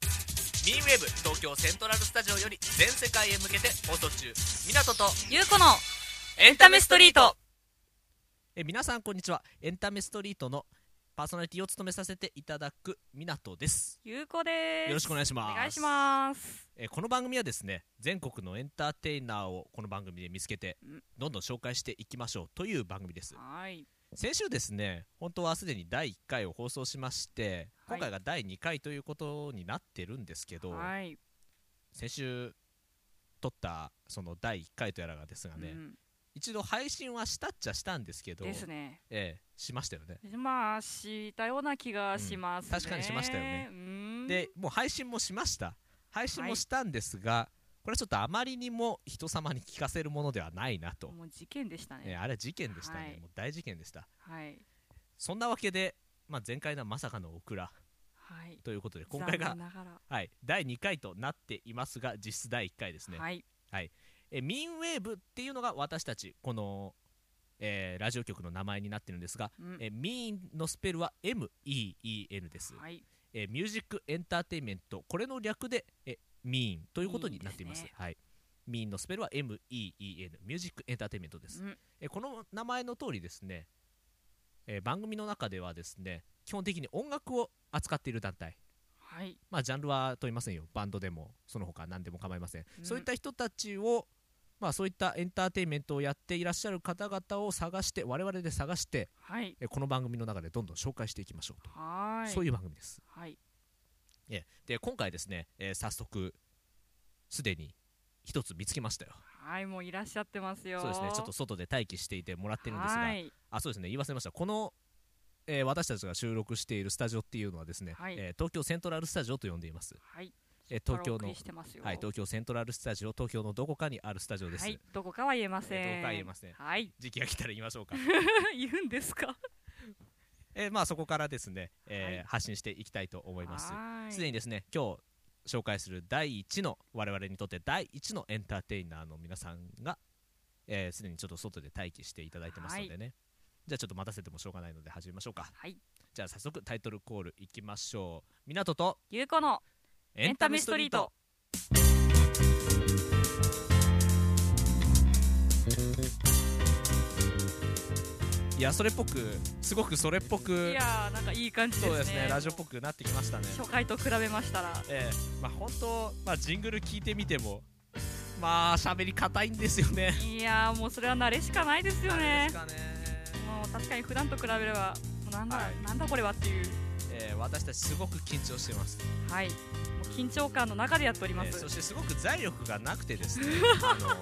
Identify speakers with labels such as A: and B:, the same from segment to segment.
A: ミンウェブ東京セントラルスタジオより全世界へ向けて放送中港と
B: ゆうこの
A: エ
B: エンタメストリート
A: え皆さんこんにちはエンタメストリートのパーソナリティを務めさせていただく港です
B: ゆうこです
A: よろしくお願いし
B: お
A: ます
B: 願いします
A: えーこの番組はですね全国のエンターテイナーをこの番組で見つけて
B: うん
A: どんどん紹介していきましょうという番組です
B: はい
A: 先週ですね本当はすでに第1回を放送しまして
B: は
A: 今
B: い
A: 回が第2回ということになってるんですけど、
B: はい
A: 先週撮ったその第1回とやらがですがね、
B: うん
A: 一度配信はしたっちゃしたんですけど
B: ですね
A: ええしましたよね、
B: まあしたような気がしますね、
A: うん確かにしましたよね
B: うん
A: でもう配信もしました配信もしたんですが、これはちょっとあまりにも人様に聞かせるものではないなと、
B: もう事件でしたね、
A: ええあれは事件でしたね、
B: はい
A: もう大事件でした
B: はい
A: そんなわけで、まあ、前回のはまさかのオクラ
B: はい
A: ということで今回が
B: 残念ながら
A: はい、第2回となっていますが実質第1回ですね、
B: はい
A: えミンウェーブっていうのが私たちこの、えーラジオ局の名前になってるんですが、
B: うん
A: えミーンのスペルは MEEN です、
B: はい
A: えーミュージックエンターテインメントこれの略でえミーンということになっています
B: いいです
A: はいミーンのスペルは MEEN ミュージックエンターテインメントです、
B: うん
A: えこの名前の通りですね、えー番組の中ではですね基本的に音楽を扱っている団体
B: はい
A: まあ、ジャンルは問いませんよバンドでもその他何でも構いません、
B: うん
A: そういった人たちを、まあ、そういったエンターテインメントをやっていらっしゃる方々を探して我々で探して
B: はい
A: えこの番組の中でどんどん紹介していきましょうと、
B: はーい
A: そういう番組です
B: はい
A: えで今回ですね、えー早速すでに一つ見つけましたよ
B: はいもういらっしゃってますよ
A: そうですねちょっと外で待機していてもらってるんですが、
B: はい
A: あそうですね言い忘れましたこの、えー私たちが収録しているスタジオっていうのはですね、
B: はい
A: えー東京セントラルスタジオと呼んでいます、
B: はい
A: えー東京
B: お送
A: の
B: りしてますよ
A: はい、東京セントラルスタジオ、東京のどこかにあるスタジオです。
B: はいどこかは言えません、
A: えーどこかは言えません
B: はい
A: 時期が来たら言いましょうか。
B: 言うんですか
A: えーまあ、そこからですね、えー
B: はい
A: 発信していきたいと思います。
B: はーい
A: すでにですね、今日紹介する第一の、我々にとって第一のエンターテイナーの皆さんが、えーすでにちょっと外で待機していただいてますのでね。じゃあちょっと待たせてもしょうがないので始めましょうか。
B: はい
A: じゃあ早速タイトルコールいきましょう。港と
B: ゆうこの
A: エンタメストリート。いや、それっぽく、すごくそれっぽ
B: い
A: く。
B: やーなんかいい感じです
A: そ
B: ね
A: うですね、ラジオっぽくなってきましたね。
B: 初回と比べましたら
A: ええまあ本当、まあジングル聞いてみても、まあ喋り硬いんですよね。
B: いやーもうそれは慣れしかないですよね
A: かね。
B: もう確かに普段と比べればもうなんだ、
A: はい
B: なんだこれはっていう
A: ええ私たちすごく緊張してます。
B: はいもう緊張感の中でやっておりま
A: ええ
B: す、
A: そしてすごく財力がなくてです ね、あの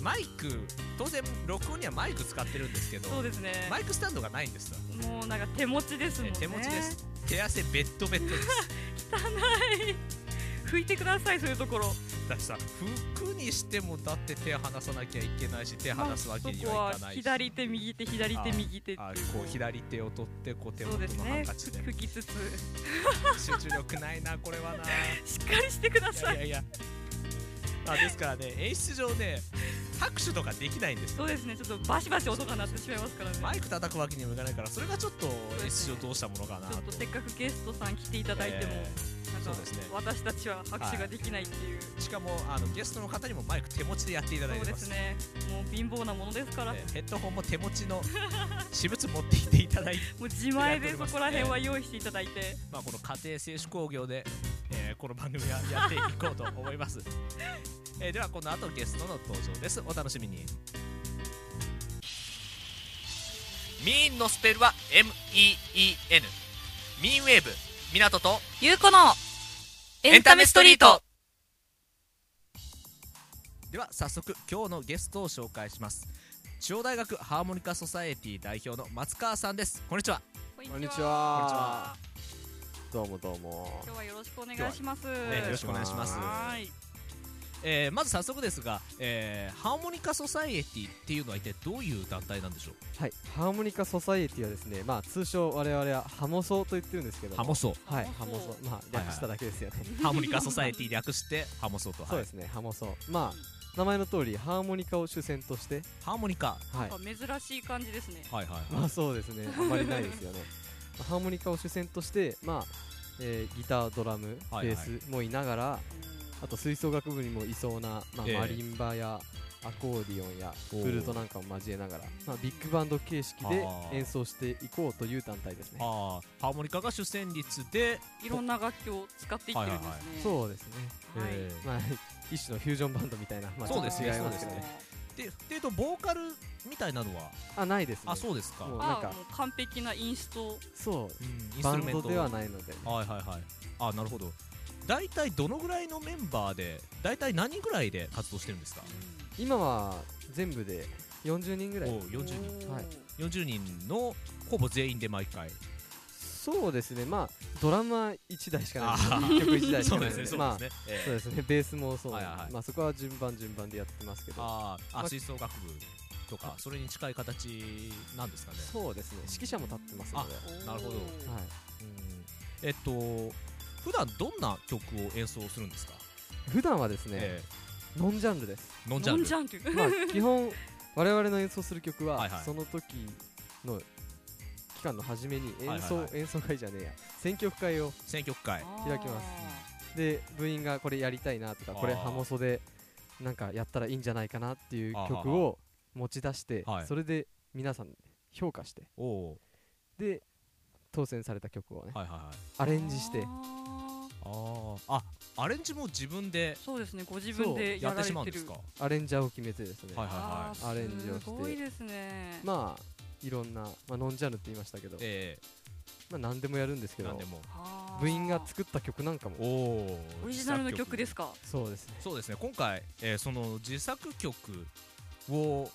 A: マイク当然録音にはマイク使ってるんですけど、
B: そうですね
A: マイクスタンドがないんですよ。
B: もうなんか手持ちですもん
A: え
B: ね
A: え手持ちです。手汗ベッドベッド です。
B: 汚い拭いてくださいそういうところ
A: だってさ服にしてもだって手離さなきゃいけないし手離すわけにはいか
B: そこ
A: な
B: はい
A: し、
B: 左手右手左手右手って
A: あ
B: いう
A: こう左手を取ってこう手
B: そ
A: 元
B: うです
A: のハン
B: ね
A: カチで
B: 拭きつつ
A: 集中力ないなこれはな
B: しっかりしてください
A: いやいやいやあですからね演出上ね拍手とかできないんですよ
B: そうですねちょっとバシバシ音が鳴ってしまいますからね
A: マイク叩くわけにもいかないからそれがちょっと
B: すね
A: 演出上どうしたものかな
B: ちょっと
A: と
B: せっかくゲストさん来ていただいても、
A: え
B: なん
A: そ
B: か
A: うですね
B: 私たちは拍手ができないっていう、
A: ーしかもあのゲストの方にもマイク手持ちでやっていただい
B: そ
A: て
B: うで
A: ますす
B: ねもう貧乏なものですから、
A: えーヘッドホンも手持ちの私物持ってきていただいて、
B: もう自前
A: やって
B: で
A: おり
B: そ
A: ます
B: こら辺は用意していただいて、
A: まあ、この家庭製紙工業で、えーこの番組はやっていこうと思います、 えーではこの後ゲストの登場ですお楽しみにミーンのスペルは MEEN ミーンウェーブ港と
B: ゆうこのエンタメストリート
A: では早速今日のゲストを紹介します中央大学ハーモニカソサエティ代表の松川さんですこんにちは
C: こんにち
A: こんにち
C: は
A: は。
C: どうもどうも。
B: 今日はよろしくお願いします、
A: ねよろしくお願いします
B: はい
A: えーまず早速ですが、えーハーモニカソサエティっていうのは一体どういう団体なんでしょう
C: はい、ハーモニカソサイエティはですね、まあ通称我々はハモソと言ってるんですけども、
A: ハモソ
C: はい、
B: ハ
C: ハ
B: モ
C: モ
B: ソ
C: ソ、まあ略しただけですよね。
A: ハーモニカソサエティ略してハモソと、はい
C: そうですね、ハモソ。まあ名前の通りハーモニカを主戦として、
A: ハーモニカ
C: はい、
B: なんか珍しい感じですね
A: はいはい
C: まあそうですね、あまりないですよね。まあハーモニカを主戦として、まあえーギタードラムベ
A: はいはい
C: ースもいながら、あと吹奏楽部にもいそうな、まあ
A: ええ
C: マリンバやアコーディオンや
A: お
C: フ
A: ー
C: ルートなんかを交えながら、まあ、ビッグバンド形式で
A: あー
C: 演奏していこうという団体ですね
A: あーハーモニカが主旋律で、
B: いろんな楽器を使っていってるんですね。
C: そうですね、
B: はい
A: えー
C: まあ、 一種のフュージョンバンドみたいな、まあ、
A: そうですね
C: ちょっと違
A: そ
C: い
A: う
C: ま
A: です
C: けど
A: ねででいうとボーカルみたいなのは
C: あないですね
A: あそうですか、
C: もう
B: あ
C: なんか
B: もう完璧なインスト。
C: そう
A: うんインス
C: バ
A: ト
C: ン
A: ルメン
C: ド
A: ト
C: ではないので
A: はいはいはいあなるほど大体どのぐらいのメンバーで大体何人ぐらいで活動してるんですか
C: 今は全部で40人ぐらい
A: おう40人
B: 人
C: はい
A: 40人のほぼ全員で毎回
C: そうですねまあドラマ1台しか
A: あ
C: な
A: ー
C: いので1曲1台し
A: そ
C: か
A: う
C: ない
A: で
C: の
A: すね
C: で
A: そう
C: ま
A: で
C: あ
A: すね、え
C: そう
A: え
C: ですねベースもそうなんで
A: はいはいはい
C: まあそこは順番順番でやってますけど
A: あー
C: ま
A: あ
C: あ
A: 吹奏楽部とかそれに近い形なんですかね
C: そうですね指揮者も立ってますので
A: な
C: は
A: るほど
C: い
A: うんえっと普段どんな曲を演奏するんですか、
C: 普段はですね
A: え
C: ノンジャンルです
A: えノンジャ
B: ノ
A: ン
B: ン
A: ル
B: ジャンル。
C: まあ 基本我々の演奏する曲
A: は
C: はい
A: はい
C: その時の期間の初めに演
A: はい
C: 奏
A: はいは
C: 演奏会じゃねえや選曲会を
A: 選曲会
C: 開きますで部員がこれやりたいなとか
A: あー
C: これハモソでなんかやったらいいんじゃないかなっていう
A: あはは
C: 曲を持ち出して
A: はい
C: それで皆さん評価して
A: おお
C: で当選された曲をね
A: ーはいはいはい
C: アレンジして
B: あー
A: あーあアレンジも自分で
B: そうですね。ご自分で
A: や
B: や
A: って
B: られ
A: しまうん
B: て
A: です
B: る
A: か。は
C: アレンジャーを決めてですね
A: いはい
B: あ
A: は
B: ー
A: い
C: アレンジをして
B: すごいですね。
C: まあいろんなまあノンジャンルって言いましたけど
A: え
C: まあ何でもやるんです
A: え
C: け
A: なん
C: ど
A: でも
B: あー
C: 部員が作った曲なんかも
A: おお
B: オリジナルの曲ですか。
C: そうですね
A: そうですね今回、えーその自作曲を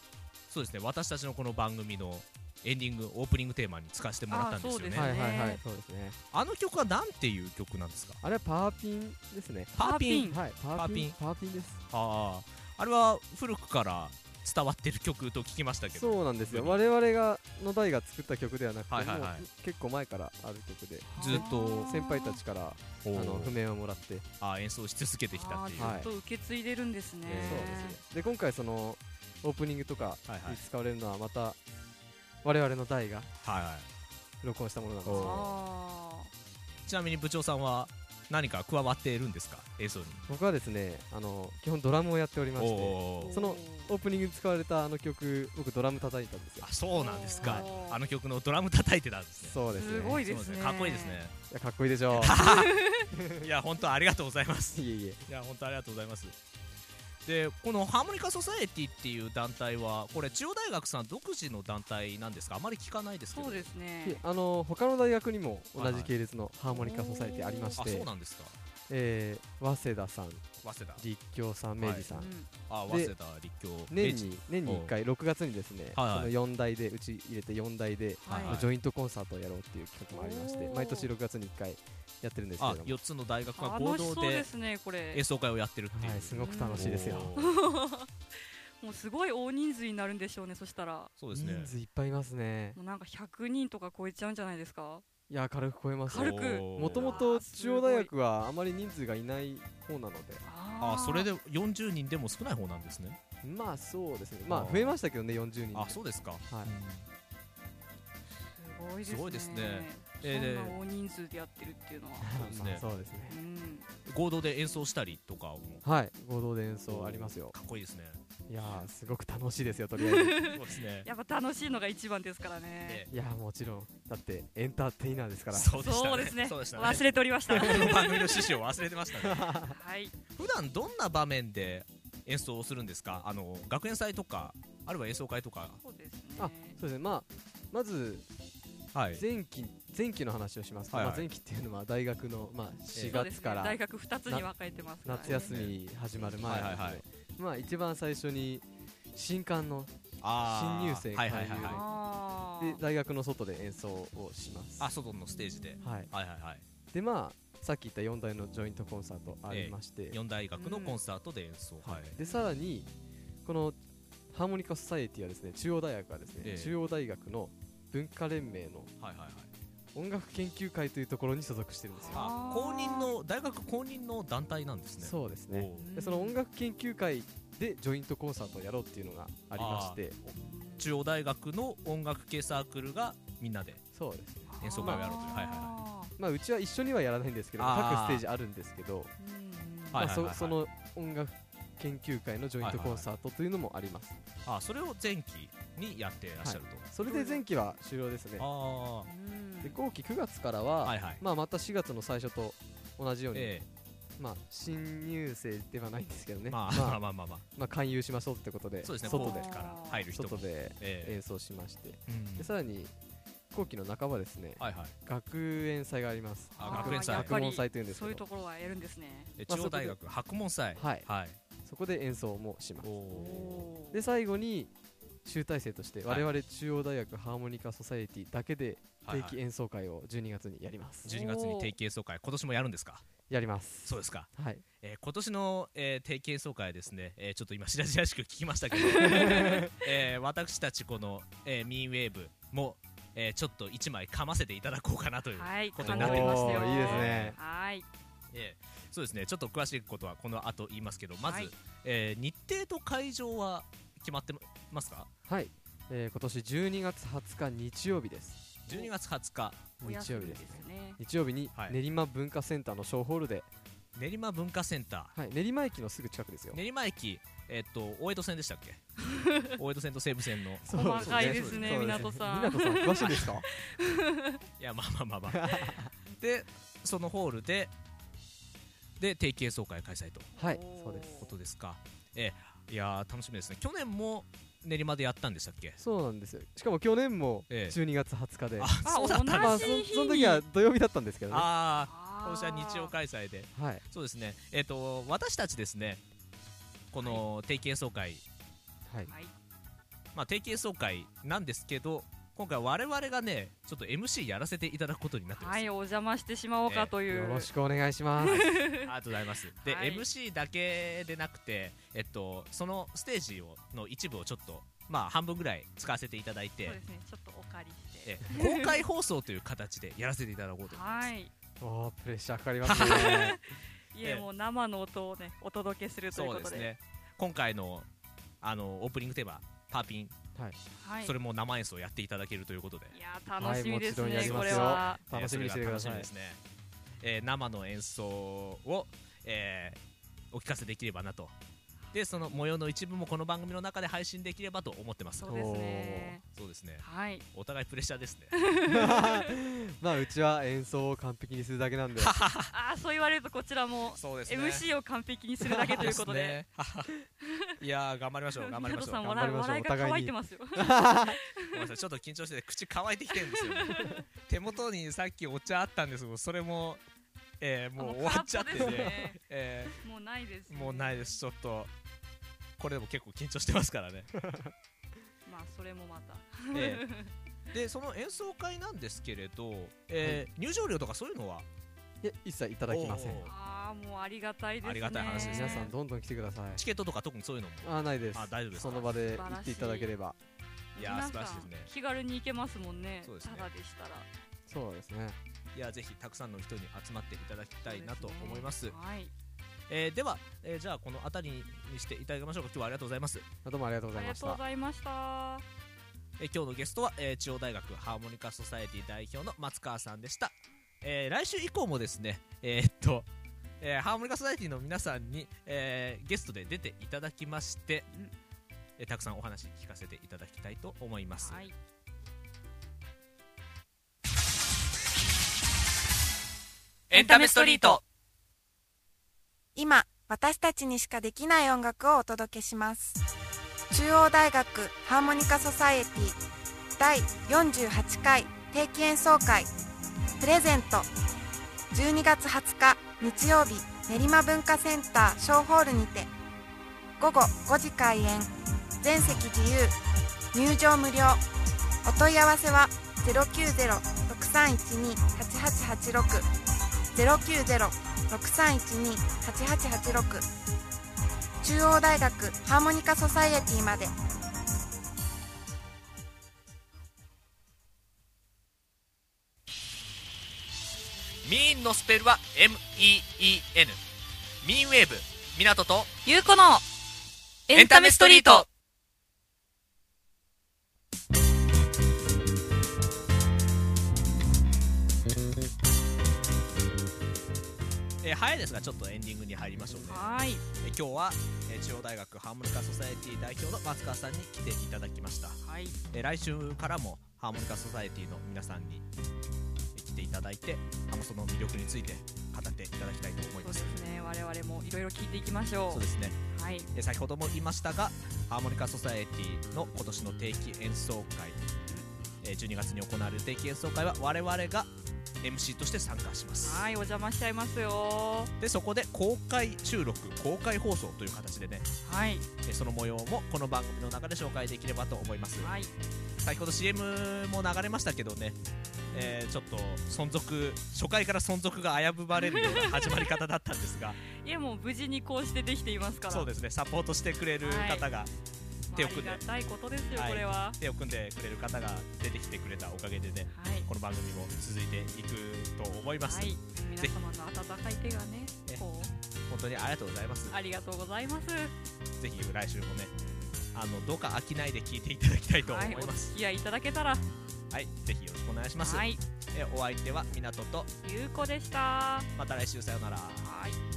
A: そうですね私たちのこの番組のエンディングオープニングテーマに使わせてもらったんですよ
B: あーそうで
A: ね
B: す
A: あ
C: はい
B: ね
C: はいはいそうですね
A: の曲はなんていう曲なんですか
C: あれはパーピンですね
A: パーピン
B: パーピン
C: はいパーピン
A: パ
C: パーピンです
A: あああれは古くから伝わってる曲と聞きましたけど
C: そうなんですよ
A: 本
C: 我々がの代が作った曲ではなくて、
A: はいはいはい
C: もう結構前からある曲で
A: ずっと
C: 先輩たちから
A: 当
C: あ
A: に
C: の譜面をもらって、
A: あー演奏し続けてきたっていう
B: あ
A: は
B: ーずっと受け継いでるんですね。
A: えー
C: そうですねで今回そのオープニングとか
A: いはい
C: に使われるのはまた我々の代が
A: はいはい
C: 録音したものなんです
A: おー
B: あ
A: ちなみに部長さんは何か加わっているんですか演奏に
C: 僕はですねあの基本ドラムをやっておりましてオ
A: おー
B: ー
C: そのープニングに使われたあの曲僕ドラム叩いたんですよ
A: あそうなんですか
B: おー
A: あの曲のドラム叩いてたんですね
C: そうですね
B: すごい
A: そう
B: ですね。
A: かっこいいですね。
C: いやかっこいいでしょ
A: いや本当ありがとうございます
C: ういえい
A: い
C: え
A: や本当ありがとうございますでこのハーモニカ・ソサエティっていう団体はこれ中央大学さん独自の団体なんですかあまり聞かないですけど
B: そうです
C: で
B: ね。
C: あの他の大学にも
A: は
C: 同
A: いは
C: じ
A: い
C: 系列のハーモニカソサエティありまし
A: あ
C: て
A: そうなんですか
C: えー早稲田さん
A: 早稲田
C: 立教さん明治さん、
B: うん
A: あ
C: で
A: 早稲田立教
C: 年
A: 明治
C: に年に1回6月にですね、
A: はいはい
C: その4台でうち入れて4台で、
A: はい
C: ジョイントコンサートをやろうっていう企画もありまして
B: おー
C: 毎年6月に1回やってるんですけ
A: あ
C: れども
A: 4つの大学が合
B: 楽し
A: 同
B: そうで
A: です
B: ねこれ
A: 演奏会をやってるっていう、
C: はい、すごく楽しいですよ
A: おー
B: もうすごい大人数になるんでしょうねそしたらも
A: そうです
C: 人
A: ね
C: 数いっぱいいますね
B: うなんか100人とか超えちゃうんじゃないですか
C: いや軽く超えます
B: 軽く
C: もともと中央大学はあまり人数がいない方なので
A: あそれ
B: で
A: で40人でも少ない方なんですね
C: まあそうですねま
A: あー
C: あ増えましたけどね40人
A: あそうですか、
C: はい
B: す
A: す
B: ご
A: ご
B: い
A: い
B: で
A: ですす
B: ね
A: ね
B: そ
A: えー
B: ん
A: で
B: な大人数でやってるっていうのは、
A: そうですね
C: まあそうですね
B: うん、
A: 合同で演奏したりとかも
C: はい合同で演奏ありますよ
A: かっこいいですね
C: いやーすごく楽しいですよとり あえず
A: そうですね
B: やっぱ楽しいのが一番ですからね
A: え
C: いやーもちろんだってエンターテイナーですから
A: そうでしたね
B: そうですね
A: そうでしたね
B: 忘れておりました は
A: この番組の趣旨を忘れてましたね
B: い
A: 普段どんな場面で演奏をするんですかあの学園祭とかあるいは演奏会とか
B: そうですね
C: あそうですねまあまず
A: はい
C: 前期前期の話をしますと、
A: はいはい
C: まあ、前期っていうのは大学の、まあ、4
B: そうです
C: 月
B: ね
C: から
B: 大学二つに分かれてますから、ね、
C: 夏休み始まる前なので、
A: はいはいはい
C: まあ、一番最初に新刊の
A: あー
C: 新入生
A: はいはいはい
C: 勧誘
A: はい
B: あ
C: で
B: ー
C: 大学の外で演奏をします
A: あ外のステージで
C: はい、
A: はいはいはい
C: でまあさっき言った4大のジョイントコンサートありまして、
A: 四大学のコンサートで演奏、はい
C: でさらにこのハーモニカ・ソサエティはですね中央大学はですね、
A: ええ
C: 中央大学の文化連盟の
A: はいはいはい
C: 音楽研究会というところに所属してるんですよ
A: あ
B: あー
A: 公認の大学公認の団体なんですね
C: そうですね
A: おー
B: うん
C: でその音楽研究会でジョイントコンサートをやろうっていうのがありまして
A: 中央大学の音楽系サークルがみんなで
C: そうですね
A: 演奏会をやろうというはいはいはい
B: あ
C: まあ、うちは一緒にはやらないんですけど
A: あー
C: 各ステージあるんですけど、
B: うん
A: はい
C: まあ、
A: はい
C: そその音楽研究会のジョイントコンサートというのもあります、
A: あそれを前期にやってらっしゃると、
C: それで前期は終了ですね
A: あ
B: うん
C: で後期9月から
A: あ
C: は、
A: はいはい、
C: まあ、また4月の最初と同じように、
A: え
C: まあ、新入生ではないんですけど
A: え
C: ね、
A: ま
C: ま
A: あ、まあ
C: あ
A: まあまあまあ
C: まあ勧誘しましょうってことで
A: そうですね
C: 外
A: 後
C: で
A: 期から入る人
C: 外
A: も
C: で
A: え
C: 演奏しまして、
A: えうん
C: でさらに後期の半ばですね、
A: はいはい
C: 学園祭があります
A: あ
B: ー
A: 学園祭
B: やっぱ
C: 学
B: り
C: 問祭というんです
B: そうい
C: け
B: う
C: ど
B: ところはやるんですね
A: で
C: まあ
A: 中央大学白門祭
C: はい
A: はい、
C: そこで演奏もします
A: おお
B: おー
C: で最後に集大成として
A: は
C: 我
A: い
C: 々中央大学ハーモニカソサエティだけで
A: はい
C: 定
A: はい
C: 期演奏会を12月にやります、
A: 12月に定期演奏会今年もやるんですか
C: やります
A: そうですか、
C: はい
A: えー今年の、えー定期演奏会ですね、えーちょっと今白々しく聞きましたけ ど、えー私たちこの、えーミンウェーブも、えーちょっと1枚噛ませていただこうかなという、
B: はい
A: こ
B: 考
A: とに
B: え
A: なっててま
B: ますす
A: よ
B: よ
C: いいですね
B: はい
A: えーそうですねちょっと詳しいことはこの後言いますけどまず、
B: はい
A: えー日程と会場は決まってますか
C: はい、えー今年12月20日日曜日です
A: 12月20日
B: お
C: 日
B: 休
C: 曜
B: み
C: 日で
B: ですす
C: ね
B: ね
C: 日曜日に
A: はい
C: 練馬文化センターのショーホールで、
A: 練馬文化センター
C: はい、練馬駅のすぐ近くですよ、
A: 練馬駅、えっと大江戸線でしたっ け大江戸線と西武線のい
C: そう
B: 細かいですね
C: そう
B: 港さん
C: 港さん詳しいですか
A: やまあまあまあまあでそのホールでで定期演奏会開催という
C: はい
B: おー
C: そうです
A: ことですかえいやー楽しみですね去年も練馬でやったんでしたっけ
C: そうなんですよしかも去年も
A: ええ
C: 12月20日で、
A: あ
B: あ
A: そうだったん
C: ま
A: で
C: あ
A: す
C: そ
A: ね
B: 同じ日に
C: その時は土曜日だったんですけどね
A: ああ
B: あ
A: 今
B: ー
A: 年は日曜開催で
C: はい
A: そうですねえっ、と私たちですねこの定期演奏会
C: はい
B: はい
A: まあ、定期演奏会なんですけど今回我々がねちょっと MC やらせていただくことになってます、
B: はいお邪魔してしまおうかという
C: よろしくお願いし ます。
A: ありがとうございますで、
B: はい
A: MC だけでなくて、えっと、そのステージをの一部をちょっとまあ半分ぐらい使わせていただいて
B: そうですねちょっとお借りして
A: え公開放送という形でやらせていただこうと思いま
B: は
A: す、
B: い
C: おープレッシャーかかりますね。
B: い
A: え
B: えもう生の音をねお届けすると
A: そ
B: いう
A: う
B: こ
A: で
B: と
A: す
B: で
A: ね今回のあのオープニングテーマ「パーピン
C: はい、」
B: はい
A: それも生演奏やっていただけるということで
B: いや楽しみですね、
C: はいも
B: これ
C: ちろんやりますよ
B: は
C: 楽しみにしててください
A: えーそれが楽しみですね、えー生の演奏を、えーお聞かせできればなとでその模様の一部もこの番組の中で配信できればと思ってます
B: そ
A: そう
B: ですね
A: うですね
B: はい
A: お互いプレッシャーですね
C: まあうちは演奏を完璧にするだけなんで、
B: ああそう言われるとこちらも
A: そう で
B: MC を完璧にするだけということで
A: いやー頑張りまし ょう頑張りまし
B: 港
A: ょう
B: さん
A: ご
B: 笑
C: 頑張り
B: い
C: ましょう
B: 笑いが乾いてますよ
A: めんなさいちょっと緊張してて口乾いてきてるんですよ手元にさっきお茶あったんですけどそれも、えーもう終わっちゃって
B: もう空ぽです
A: ね、
B: ね
A: えー
B: もうないですね
A: もうないです、ちょっと、これでも結構緊張してますからね。
B: まあそれもまた
A: ええで、その演奏会なんですけれど、えー入場料とかそういうのはい
C: や一切いただきません
A: お。ー
B: ああもうありがたいですね
A: ありがたい話ですね
C: 皆さんどんどん来てください。
A: チケットとか特にそういうのも、
C: あーないです。
A: あ大丈夫です
C: その場で行っていただければ。
A: いやー
B: 皆さん
A: 素晴らしいですね。
B: 気軽に行けますもんね
A: そうですね
B: ただでしたら
C: そうですね。
A: いや、ぜひたくさんの人に集まっていただきたいなと
B: そうね
A: 思います。
B: はい
A: えーでは、えーじゃあこの辺りにしていただきましょうか。今日はありがとうございます。
C: あどうもありがとうご
B: あ
C: ざい
B: り
C: ま
B: が
C: し
B: とうご。
C: た
B: ざいました
A: えー今日のゲストは、えー中央大学ハーモニカソサエティ代表の松川さんでした、えー来週以降もですねえーっと、えーハーモニカソサエティの皆さんに、えーゲストで出ていただきまして、
B: うん
A: えーたくさんお話聞かせていただきたいと思います、
B: はい
A: エンタメストリート
D: 今私たちにしかできない音楽をお届けします中央大学ハーモニカソサエティ第48回定期演奏会プレゼント12月20日日曜日練馬文化センターショーホールにて午後5時開演全席自由入場無料お問い合わせは090-6312-8886 090-6312-8886 6312-8886中央大学ハーモニカソサイエティまで
A: ミーンのスペルは MEEN ミーンウェーブ港と
B: ゆうこのエンタメストリー
A: エ
B: ト
A: えー早いですがちょっとエンディングに入りましょうね
B: はーい
A: えー今日は、えー中央大学ハーモニカソサエティ代表の松川さんに来ていただきました、
B: はい
A: えー来週からもハーモニカソサエティの皆さんにえー来ていただいてハモソの魅力について語っていただきたいと思い
B: そう
A: ま
B: ですすね我々もいろいろ聞いていきましょ
A: そうですね
B: うはい
A: えー先ほども言いましたがハーモニカ・ソサエティの今年の定期演奏会えー12月に行われる定期演奏会は我々が MC として参加します
B: はいお邪魔しちゃいますよ
A: でそこで公開収録公開放送という形でね
B: はい
A: えーその模様もこの番組の中で紹介できればと思います
B: はい
A: 先ほど CM も流れましたけどね、えーちょっと存続初回から存続が危ぶまれるような始まり方だったんですが
B: いやもう無事にこうしてできていますから
A: そうですねサポートしてくれる方が、
B: まあ
A: 手を組んで
B: ありがたいことですよ、
A: はい
B: これはは
A: 手を組んでくれる方が出てきてくれたおかげでね
B: い
A: この番組も続いていくと思います、
B: はい皆様の温かい手がね
A: え
B: こう
A: 本当にありがとうございます
B: ありがとうございます
A: ぜひ来週もねあのどうか飽きないで聞いていただきたいと思
B: はい
A: い
B: お
A: ます
B: 付き合いいただけたら
A: はい、ぜひよろしくお願いします、
B: はい
A: えお相手は港と
B: ゆうこでしたは
A: また来週さようなら
B: い